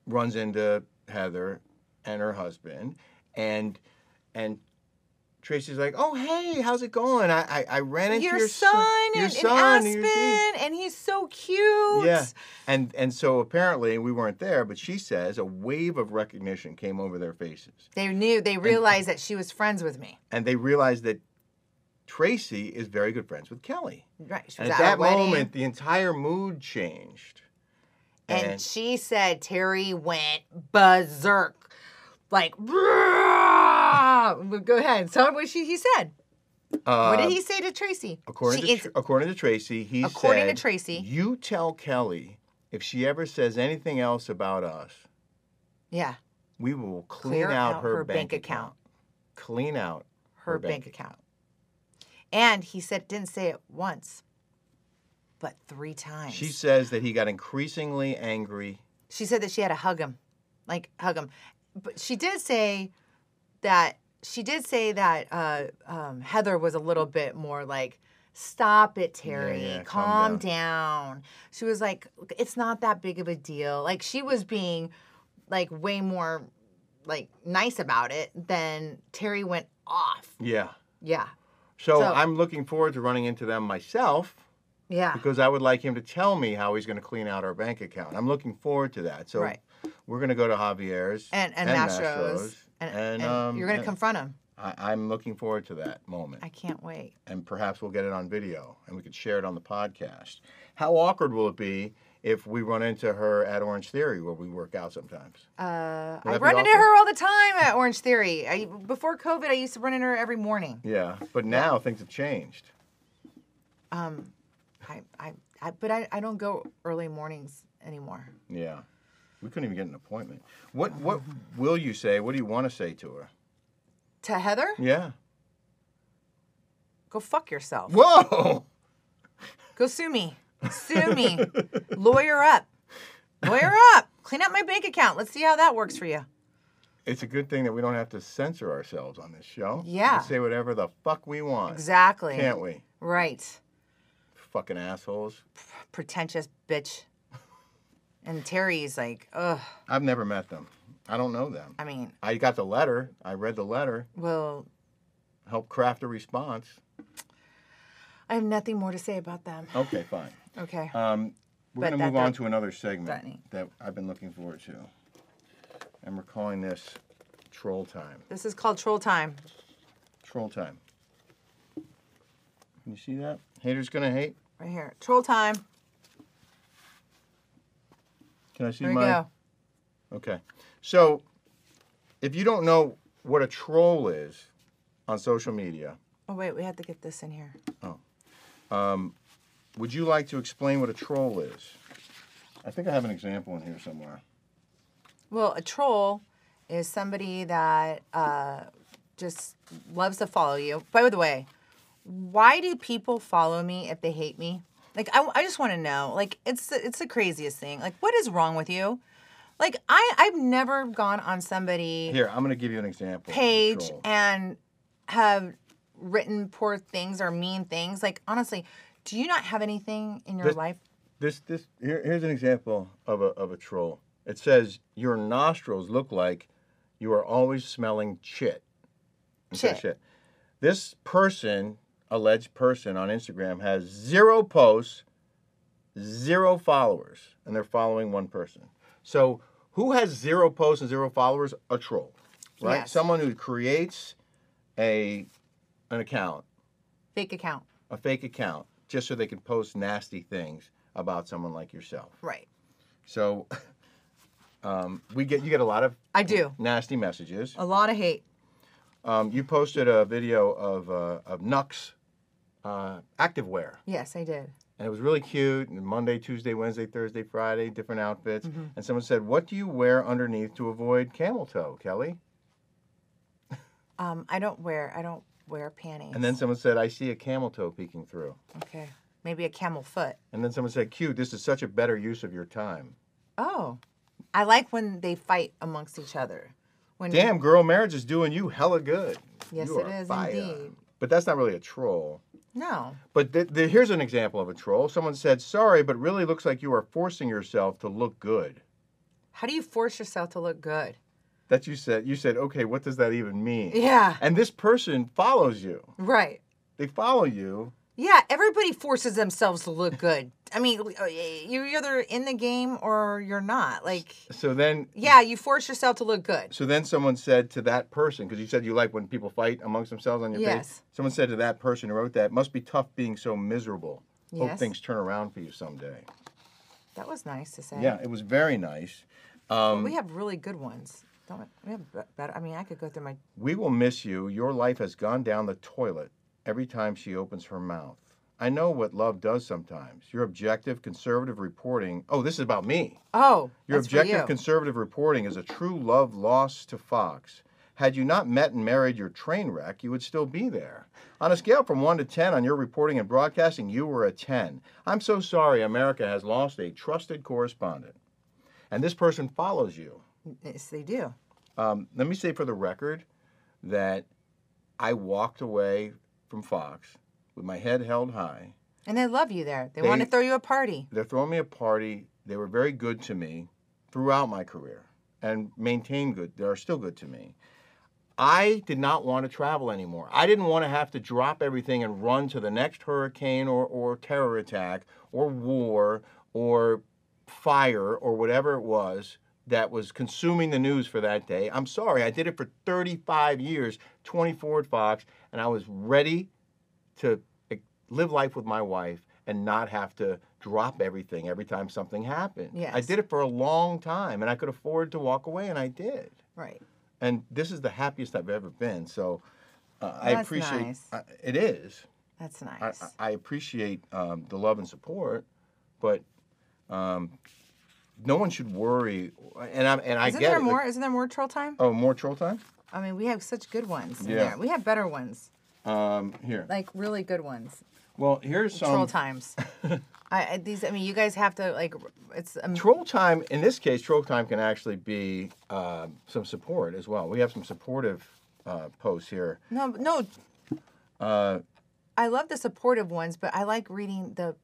Speaker 1: runs into Heather and her husband, and and Tracy's like, "Oh hey, how's it going? I I, I ran into
Speaker 2: Your,
Speaker 1: your,
Speaker 2: son,
Speaker 1: your
Speaker 2: and,
Speaker 1: son,
Speaker 2: and
Speaker 1: your son."
Speaker 2: Aspen, and he's so cute.
Speaker 1: Yeah, and and so apparently we weren't there, but she says a wave of recognition came over their faces,
Speaker 2: They knew, they realized that she was friends with me.
Speaker 1: and they realized that Tracy is very good friends with Kelly.
Speaker 2: Right. She
Speaker 1: And
Speaker 2: was
Speaker 1: at
Speaker 2: at our
Speaker 1: that
Speaker 2: wedding,
Speaker 1: moment, the entire mood changed.
Speaker 2: And she said Terry went berserk. Like, "Rah!" go ahead. Tell her what she, he said. what did he say to Tracy?
Speaker 1: uh, Um, According,
Speaker 2: she
Speaker 1: to,
Speaker 2: ins-
Speaker 1: Tr- according to Tracy, he
Speaker 2: According to
Speaker 1: said,
Speaker 2: Tracy.
Speaker 1: you tell Kelly if she ever says anything else about us,
Speaker 2: yeah,
Speaker 1: we will clean out, her, bank, account. Clean out
Speaker 2: her, bank, account. And he said, didn't say it once, but three times.
Speaker 1: She says that he got increasingly angry.
Speaker 2: She said that she had to hug him, like hug him. But she did say that she did say that uh, um, Heather was a little bit more like, "Stop it, Terry.
Speaker 1: yeah,
Speaker 2: calm,
Speaker 1: calm
Speaker 2: down. She was like, "It's not that big of a deal." Like she was being like way more like nice about it than Terry went off.
Speaker 1: Yeah.
Speaker 2: Yeah,
Speaker 1: So,
Speaker 2: Mm. So-
Speaker 1: I'm looking forward to running into them myself
Speaker 2: yeah.
Speaker 1: because I would like him to tell me how he's going to clean out our bank account. I'm looking forward to that. So
Speaker 2: Right.
Speaker 1: we're going to go to Javier's
Speaker 2: and and, Mastro's, and, and
Speaker 1: um,
Speaker 2: you're gonna
Speaker 1: and
Speaker 2: confront him.
Speaker 1: I, I'm looking forward to that moment.
Speaker 2: I can't wait.
Speaker 1: and perhaps we'll get it on video and we could share it on the podcast. How awkward will it be if we run into her at Orange Theory where we work out sometimes?
Speaker 2: Uh,
Speaker 1: Would
Speaker 2: I
Speaker 1: that be
Speaker 2: run into
Speaker 1: awkward?
Speaker 2: her all the time at Orange Theory. I, before COVID, I used to run into her every morning.
Speaker 1: Yeah, but now things have changed.
Speaker 2: I, I, I but I, I don't go early mornings anymore.
Speaker 1: Yeah. We couldn't even get an appointment. What what will you say? What do you want to say to her?
Speaker 2: To Heather,
Speaker 1: Yeah.
Speaker 2: go fuck yourself.
Speaker 1: Whoa.
Speaker 2: Go sue me. Sue me. Lawyer up. Lawyer up. Clean up my bank account. Let's see how that works for you.
Speaker 1: It's a good thing that we don't have to censor ourselves on this show. We can
Speaker 2: Yeah.
Speaker 1: say whatever the fuck we want.
Speaker 2: Exactly.
Speaker 1: Can't we?
Speaker 2: Right.
Speaker 1: Fucking assholes.
Speaker 2: Pretentious bitch. And Terry's like, ugh.
Speaker 1: I've never met them. I don't know them.
Speaker 2: I mean,
Speaker 1: I got the letter. I read the letter.
Speaker 2: well,
Speaker 1: Help craft a response.
Speaker 2: I have nothing more to say about them.
Speaker 1: Okay, fine.
Speaker 2: Okay.
Speaker 1: Um, we're
Speaker 2: But
Speaker 1: going to
Speaker 2: that
Speaker 1: move on
Speaker 2: don't-
Speaker 1: to another segment
Speaker 2: Funny.
Speaker 1: that I've been looking forward to. And we're calling this Troll Time.
Speaker 2: This is called troll time.
Speaker 1: Troll Time. Can you see that? Haters going to hate.
Speaker 2: Right here. Troll time.
Speaker 1: Can I see
Speaker 2: There we
Speaker 1: my.
Speaker 2: go.
Speaker 1: Okay. So, if you don't know what a troll is on social media,
Speaker 2: Oh wait, we had to get this in here.
Speaker 1: would you like to explain what a troll is? I think I have an example in here somewhere.
Speaker 2: Well, a troll is somebody that uh, just loves to follow you. By the way, why do people follow me if they hate me? Like I, I just want to know. Like it's the, it's the craziest thing. Like what is wrong with you? Like I I've never gone on somebody
Speaker 1: Here, I'm going to give you an example. of a
Speaker 2: page
Speaker 1: troll.
Speaker 2: and have written poor things or mean things. Like honestly, do you not have anything in your
Speaker 1: This-
Speaker 2: life?
Speaker 1: This this here, here's an example of a of a troll. It says your nostrils look like you are always smelling chit. It says
Speaker 2: Chit.
Speaker 1: This person, alleged person on Instagram, has zero posts, zero followers, and they're following one person. So who has zero posts and zero followers? A troll, right?
Speaker 2: Yes.
Speaker 1: Someone who creates a an account
Speaker 2: Fake account.
Speaker 1: a fake account just so they can post nasty things about someone like yourself.
Speaker 2: Right.
Speaker 1: So um, we get you get a lot of
Speaker 2: I do.
Speaker 1: nasty messages.
Speaker 2: A lot of hate.
Speaker 1: Um, you posted a video of uh, of Nux uh, activewear,
Speaker 2: Yes, I did.
Speaker 1: and it was really cute. And Monday, Tuesday, Wednesday, Thursday, Friday, different outfits. And someone said, "What do you wear underneath to avoid camel toe, Kelly?"
Speaker 2: Um, I don't wear I don't wear panties.
Speaker 1: And then someone said, "I see a camel toe peeking through."
Speaker 2: okay, maybe a camel foot.
Speaker 1: And then someone said, "Q, this is such a better use of your time."
Speaker 2: Oh, I like when they fight amongst each other. When
Speaker 1: Damn, girl, marriage is doing you hella good.
Speaker 2: Mm. Yes,
Speaker 1: You
Speaker 2: it
Speaker 1: are
Speaker 2: is
Speaker 1: fire.
Speaker 2: indeed.
Speaker 1: But that's not really a troll.
Speaker 2: no,
Speaker 1: But th- th- here's an example of a troll. Someone said, "Sorry, but really looks like you are forcing yourself to look good."
Speaker 2: how do you force yourself to look good?
Speaker 1: That you said. You said, "Okay, what does that even mean?"
Speaker 2: Yeah,
Speaker 1: And this person follows you.
Speaker 2: right.
Speaker 1: They follow you.
Speaker 2: Yeah, everybody forces themselves to look good. I mean, you're either in the game or you're not. Like,
Speaker 1: So then,
Speaker 2: yeah, you force yourself to look good.
Speaker 1: so then someone said to that person, because you said you like when people fight amongst themselves on your page.
Speaker 2: Yes.
Speaker 1: Someone said to that person who wrote that, "Must be tough being so miserable. Hope
Speaker 2: Yes.
Speaker 1: things turn around for you someday."
Speaker 2: That was nice to say.
Speaker 1: Yeah, it was very nice.
Speaker 2: But we have really good ones. Don't we? we have be- better? I mean, I could go through my.
Speaker 1: We will miss you. Your life has gone down the toilet every time she opens her mouth. I know what love does sometimes. Your objective conservative reporting. Oh, this is about me.
Speaker 2: Oh,
Speaker 1: Your
Speaker 2: that's for
Speaker 1: objective
Speaker 2: you.
Speaker 1: conservative reporting is a true love loss to Fox. Had you not met and married your train wreck, you would still be there. On a scale from 1 to 10 on your reporting and broadcasting, you were a 10. I'm so sorry America has lost a trusted correspondent. And this person follows you.
Speaker 2: yes, they do.
Speaker 1: Um, let me say for the record that I walked away from Fox with my head held high.
Speaker 2: And they love you there. They, want to
Speaker 1: They-
Speaker 2: throw you a party.
Speaker 1: They're throwing me a party. They were very good to me throughout my career and maintained good. They are still good to me. I did not want to travel anymore. I didn't want to have to drop everything and run to the next hurricane or, or terror attack or war or fire or whatever it was that was consuming the news for that day. I'm sorry, I did it for 35 years, 24 at Fox, and I was ready to like, live life with my wife and not have to drop everything every time something happened. I
Speaker 2: Yes.
Speaker 1: did it for a long time and I could afford to walk away and I did
Speaker 2: Right.
Speaker 1: and this is the happiest I've ever been. So uh, I
Speaker 2: That's
Speaker 1: appreciate
Speaker 2: nice.
Speaker 1: I- it is.
Speaker 2: That's
Speaker 1: I,
Speaker 2: nice.
Speaker 1: I appreciate um, the love and support, but um, no one should worry. And I and I
Speaker 2: Isn't
Speaker 1: get
Speaker 2: there
Speaker 1: it,
Speaker 2: more?
Speaker 1: like-
Speaker 2: Isn't there more troll time?
Speaker 1: oh, more troll time.
Speaker 2: I mean, we have such good ones. in
Speaker 1: Yeah.
Speaker 2: there. We have better ones,
Speaker 1: Um, here.
Speaker 2: like really good ones.
Speaker 1: Well, here's some
Speaker 2: troll times. I, I these. I mean, you guys have to like. It's um,
Speaker 1: Troll time. In this case, troll time can actually be um some support as well. We have some supportive uh, posts here.
Speaker 2: no, no.
Speaker 1: Uh,
Speaker 2: I love the supportive ones, but I like reading the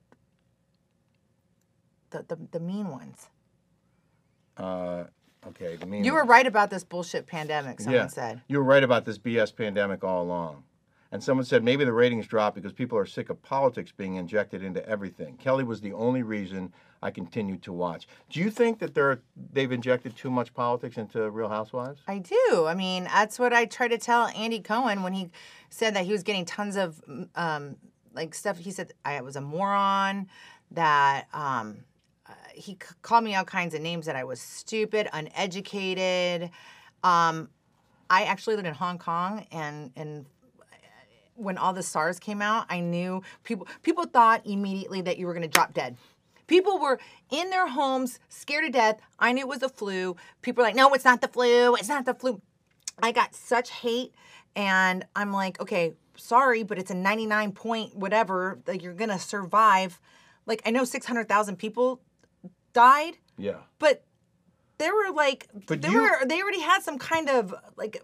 Speaker 2: the the, the mean ones.
Speaker 1: uh, okay, the mean
Speaker 2: You were
Speaker 1: one.
Speaker 2: right about this bullshit pandemic. Someone
Speaker 1: yeah.
Speaker 2: said.
Speaker 1: You were right about this BS pandemic all along. And someone said maybe the ratings dropped because people are sick of politics being injected into everything. Kelly was the only reason I continued to watch. Do you think that they're they've injected too much politics into Real Housewives?
Speaker 2: I do. I mean, that's what I try to tell Andy Cohen when he said that he was getting tons of um, like stuff. He said I was a moron. That um, uh, he c- called me all kinds of names. That I was stupid, uneducated. Um, I actually lived in Hong Kong, and and when all the SARS came out, I knew people people thought immediately that you were going to drop dead. People were in their homes scared to death. I knew it was the flu. People were like, "No, it's not the flu. It's not the flu." I got such hate and I'm like, "Okay, sorry, but it's a 99 point whatever that you're going to survive." Like I know 600,000 people died,
Speaker 1: Yeah.
Speaker 2: but they were like
Speaker 1: But
Speaker 2: they
Speaker 1: you-
Speaker 2: were they already had some kind of like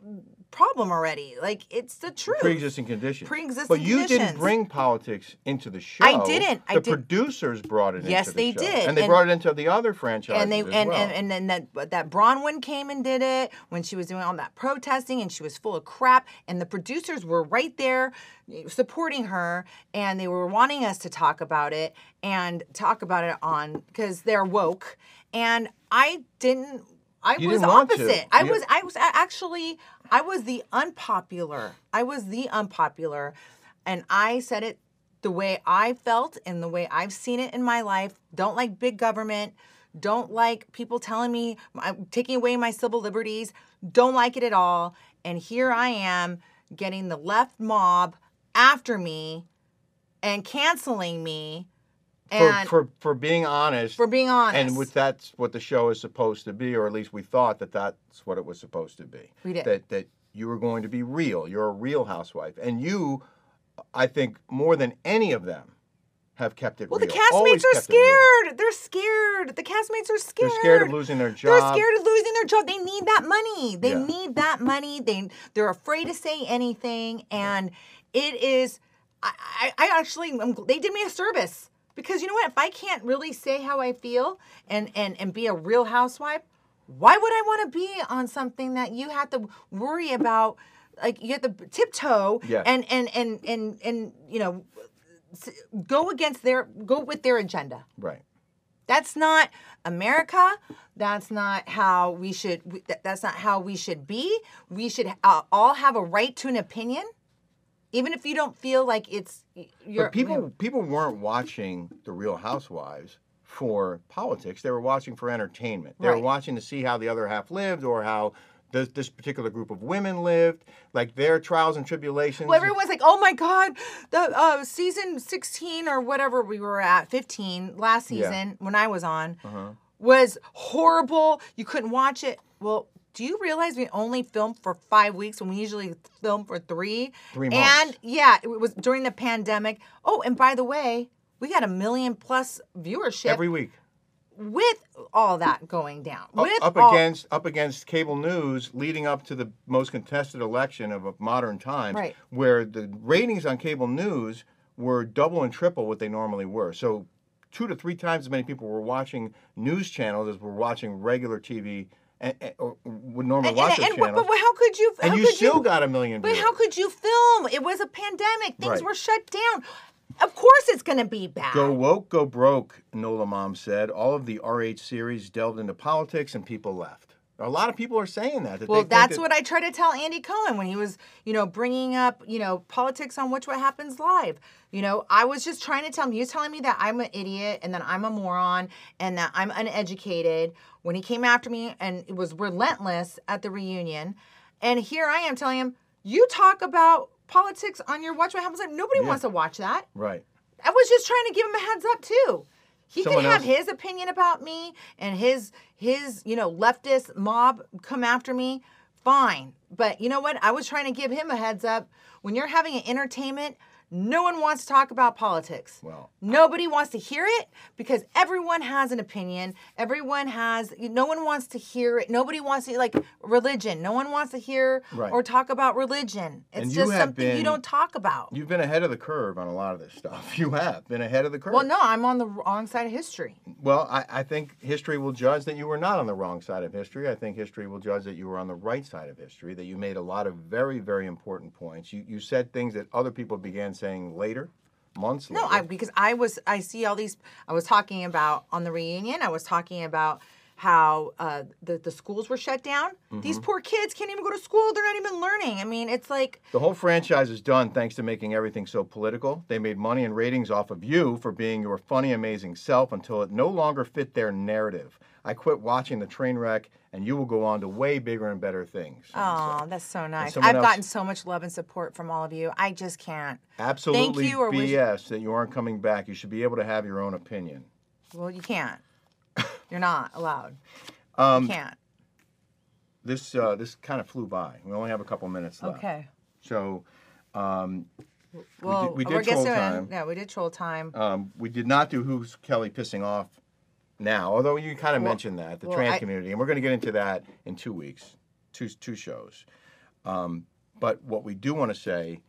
Speaker 2: problem already. Like it's the truth.
Speaker 1: Pre-existing conditions.
Speaker 2: Pre-existing
Speaker 1: But you didn't
Speaker 2: conditions.
Speaker 1: bring politics into the show.
Speaker 2: I didn't. I
Speaker 1: the
Speaker 2: did-
Speaker 1: producers brought it
Speaker 2: Yes,
Speaker 1: into the
Speaker 2: they
Speaker 1: show.
Speaker 2: did.
Speaker 1: And they
Speaker 2: And-
Speaker 1: brought it into the other franchises
Speaker 2: and they
Speaker 1: as
Speaker 2: and,
Speaker 1: well.
Speaker 2: and and then that but that Bronwyn came and did it when she was doing all that protesting and she was full of crap and the producers were right there eh, supporting her and they were wanting us to talk about it and talk about it on because they're woke and I didn't I
Speaker 1: You
Speaker 2: was
Speaker 1: didn't want to.
Speaker 2: opposite I
Speaker 1: You-
Speaker 2: was I was a- actually I was the unpopular I was the unpopular and I said it the way I felt and the way I've seen it in my life. Don't like big government. Don't like people telling me I'm taking away my civil liberties. Don't like it at all. And here I am getting the left mob after me and canceling me
Speaker 1: for,
Speaker 2: and for,
Speaker 1: for, for being honest.
Speaker 2: being honest.
Speaker 1: And with that's what the show is supposed to be, or at least we thought that that's what it was supposed to be.
Speaker 2: We did.
Speaker 1: That that you were going to be real. You're a real housewife, and you, I think, more than any of them, have kept it
Speaker 2: Well,
Speaker 1: real.
Speaker 2: the castmates
Speaker 1: Always
Speaker 2: are
Speaker 1: kept it real.
Speaker 2: scared. They're scared. The castmates are scared.
Speaker 1: They're scared of losing their
Speaker 2: They're
Speaker 1: job.
Speaker 2: scared of losing their job. They need that money. They
Speaker 1: Yeah.
Speaker 2: need that money. They they're afraid to say anything, and it is. I I, I actually I'm, gl- they did me a service because you know what? If I can't really say how I feel and and and be a real housewife, why would I want to be on something that you have to worry about? Like you have to tiptoe
Speaker 1: Yeah.
Speaker 2: and and and and and you know s- go against their go with their agenda.
Speaker 1: Right.
Speaker 2: That's not America. That's not how we should. we- that- That's not how we should be. We should uh, all have a right to an opinion, even if you don't feel like it's. Your,
Speaker 1: But people people weren't watching the Real Housewives for politics. They were watching for entertainment. They were
Speaker 2: Right.
Speaker 1: watching to see how the other half lived or how this, this particular group of women lived, like their trials and tribulations.
Speaker 2: Well, everyone's like, "Oh my God, the uh, season 16 or whatever we were at, 15 last
Speaker 1: Yeah. Uh-huh.
Speaker 2: season when I was on, was horrible. You couldn't watch it." Well, do you realize we only filmed for five weeks when we usually film for three?
Speaker 1: Three
Speaker 2: And
Speaker 1: months.
Speaker 2: yeah, it was during the pandemic. Oh, and by the way, we got a million plus viewership
Speaker 1: every week.
Speaker 2: with all that going down. with
Speaker 1: up
Speaker 2: all-
Speaker 1: against up against cable news leading up to the most contested election of of modern times
Speaker 2: Right.
Speaker 1: where the ratings on cable news were double and triple what they normally were so two to three times as many people were watching news channels as were watching regular tv and, and- or would normally
Speaker 2: and,
Speaker 1: watch
Speaker 2: and,
Speaker 1: those
Speaker 2: and what-
Speaker 1: channels
Speaker 2: but how could you?
Speaker 1: and
Speaker 2: how
Speaker 1: you
Speaker 2: could
Speaker 1: still
Speaker 2: you,
Speaker 1: got a million
Speaker 2: But
Speaker 1: views.
Speaker 2: how could you film? It was a pandemic. Things
Speaker 1: Right.
Speaker 2: were shut down. Of course, it's going to be bad.
Speaker 1: Go woke, go broke, Nola Mom said. All of the RH series delved into politics and people left. A lot of people are saying that. that
Speaker 2: well,
Speaker 1: they think
Speaker 2: that's
Speaker 1: that-
Speaker 2: what I try to tell Andy Cohen when he was, you know, bringing up, you know, politics on Watch What Happens Live. You know, I was just trying to tell him. He was telling me that I'm an idiot and that I'm a moron and that I'm uneducated. When he came after me and it was relentless at the reunion, and here I am telling him, you talk about politics on your Watch What Happens Live. Nobody wants to watch that.
Speaker 1: Right.
Speaker 2: I was just trying to give him a heads up too. He
Speaker 1: Someone
Speaker 2: can have
Speaker 1: else-
Speaker 2: his opinion about me and his his you know leftist mob come after me. Fine, but you know what? I was trying to give him a heads up. When you're having an entertainment, no one wants to talk about politics.
Speaker 1: Well,
Speaker 2: Nobody wants to hear it because everyone has an opinion. Everyone has, no one wants to hear it. Nobody wants to, like religion, no one wants to hear
Speaker 1: Right.
Speaker 2: or talk about religion. It's
Speaker 1: And you
Speaker 2: just
Speaker 1: have
Speaker 2: something you
Speaker 1: been-
Speaker 2: don't talk about.
Speaker 1: You've been ahead of the curve on a lot of this stuff. You have been ahead of the curve.
Speaker 2: Well, no, I'm on the wrong side of history.
Speaker 1: Well, I, I think history will judge that you were not on the wrong side of history. I think history will judge that you were on the right side of history, that you made a lot of very, very important points. You, you said things that other people began saying later, months
Speaker 2: No,
Speaker 1: later.
Speaker 2: I because I was I see all these. I was talking about on the reunion. I was talking about how uh, the the schools were shut down. These
Speaker 1: Mm-hmm.
Speaker 2: poor kids can't even go to school. They're not even learning. I mean, it's like
Speaker 1: The whole franchise is done thanks to making everything so political. They made money and ratings off of you for being your funny, amazing self until it no longer fit their narrative. I quit watching the train wreck, and you will go on to way bigger and better things.
Speaker 2: oh, that's so nice.
Speaker 1: someone
Speaker 2: I've
Speaker 1: else-
Speaker 2: gotten so much love and support from all of you. I just can't.
Speaker 1: Absolutely
Speaker 2: you, or wish-
Speaker 1: BS that you aren't coming back. You should be able to have your own opinion.
Speaker 2: Well, you can't. You're not allowed.
Speaker 1: Um,
Speaker 2: you can't.
Speaker 1: This uh, this kind of flew by. We only have a couple minutes left.
Speaker 2: Okay.
Speaker 1: So
Speaker 2: Well,
Speaker 1: we did troll
Speaker 2: we're guessing.
Speaker 1: time.
Speaker 2: Yeah, we did troll time.
Speaker 1: um, we did not do who's Kelly pissing off now. Although you kind of mentioned that the
Speaker 2: well,
Speaker 1: trans
Speaker 2: I-
Speaker 1: community, and we're going to get into that in two weeks, two two shows. Um, but what we do want to say,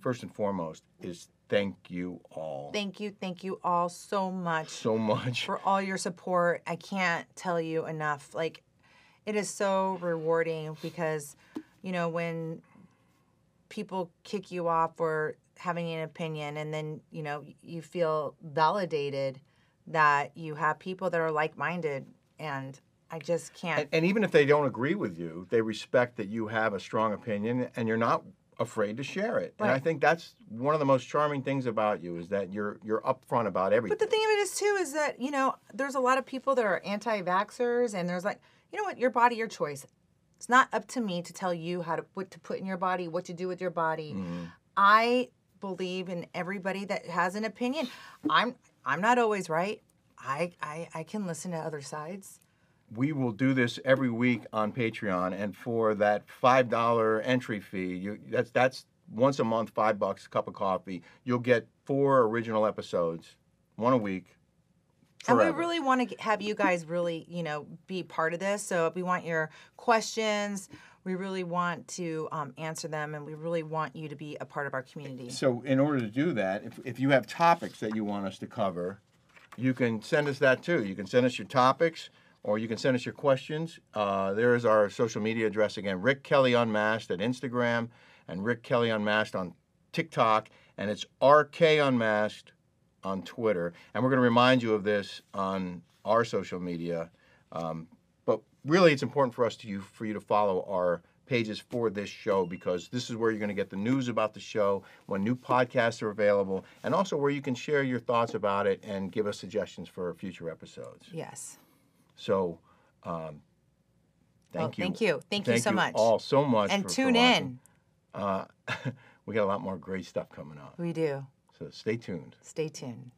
Speaker 1: first and foremost, is thank you all
Speaker 2: thank you, thank you all so much.
Speaker 1: so much.
Speaker 2: for all your support. I can't tell you enough. Like, it is so rewarding because, you know, when people kick you off for having an opinion and then, you know, you feel validated that you have people that are like minded. And I just can't.
Speaker 1: And, and even if they don't agree with you, they respect that you have a strong opinion and you're not afraid to share it. And I
Speaker 2: Right.
Speaker 1: think that's one of the most charming things about you is that you're you're upfront about everything.
Speaker 2: But the thing of it is too is that you know there's a lot of people that are anti-vaxxers, and there's like you know what your body, your choice. It's not up to me to tell you how to what to put in your body, what to do with your body. I believe in everybody that has an opinion. I'm I'm not always right. I I, I can listen to other sides.
Speaker 1: we will do this every week on Patreon, and for that five dollar entry fee, you that's that's once a month, five bucks, a cup of coffee. You'll get four original episodes one a week.
Speaker 2: And
Speaker 1: forever.
Speaker 2: we really want to have you guys really, you know, be part of this. So we want your questions. We really want to um, answer them, and we really want you to be a part of our community.
Speaker 1: So, in order to do that, if, if you have topics that you want us to cover, you can send us that too. You can send us your topics or you can send us your questions. Uh, there is our social media address again Rick Kelly Unmasked at Instagram and Rick Kelly Unmasked on TikTok, and it's RK Unmasked on Twitter. And we're going to remind you of this on our social media. Um, but really, it's important for us to you for you to follow our pages for this show because this is where you're going to get the news about the show when new podcasts are available, and also where you can share your thoughts about it and give us suggestions for future episodes.
Speaker 2: Yes.
Speaker 1: So, um, thank
Speaker 2: Well,
Speaker 1: you.
Speaker 2: thank you. Thank you so much.
Speaker 1: all so much.
Speaker 2: And
Speaker 1: for- for
Speaker 2: tune in.
Speaker 1: watching. Uh, we got a lot more great stuff coming up,
Speaker 2: We do.
Speaker 1: so stay tuned.
Speaker 2: Stay tuned.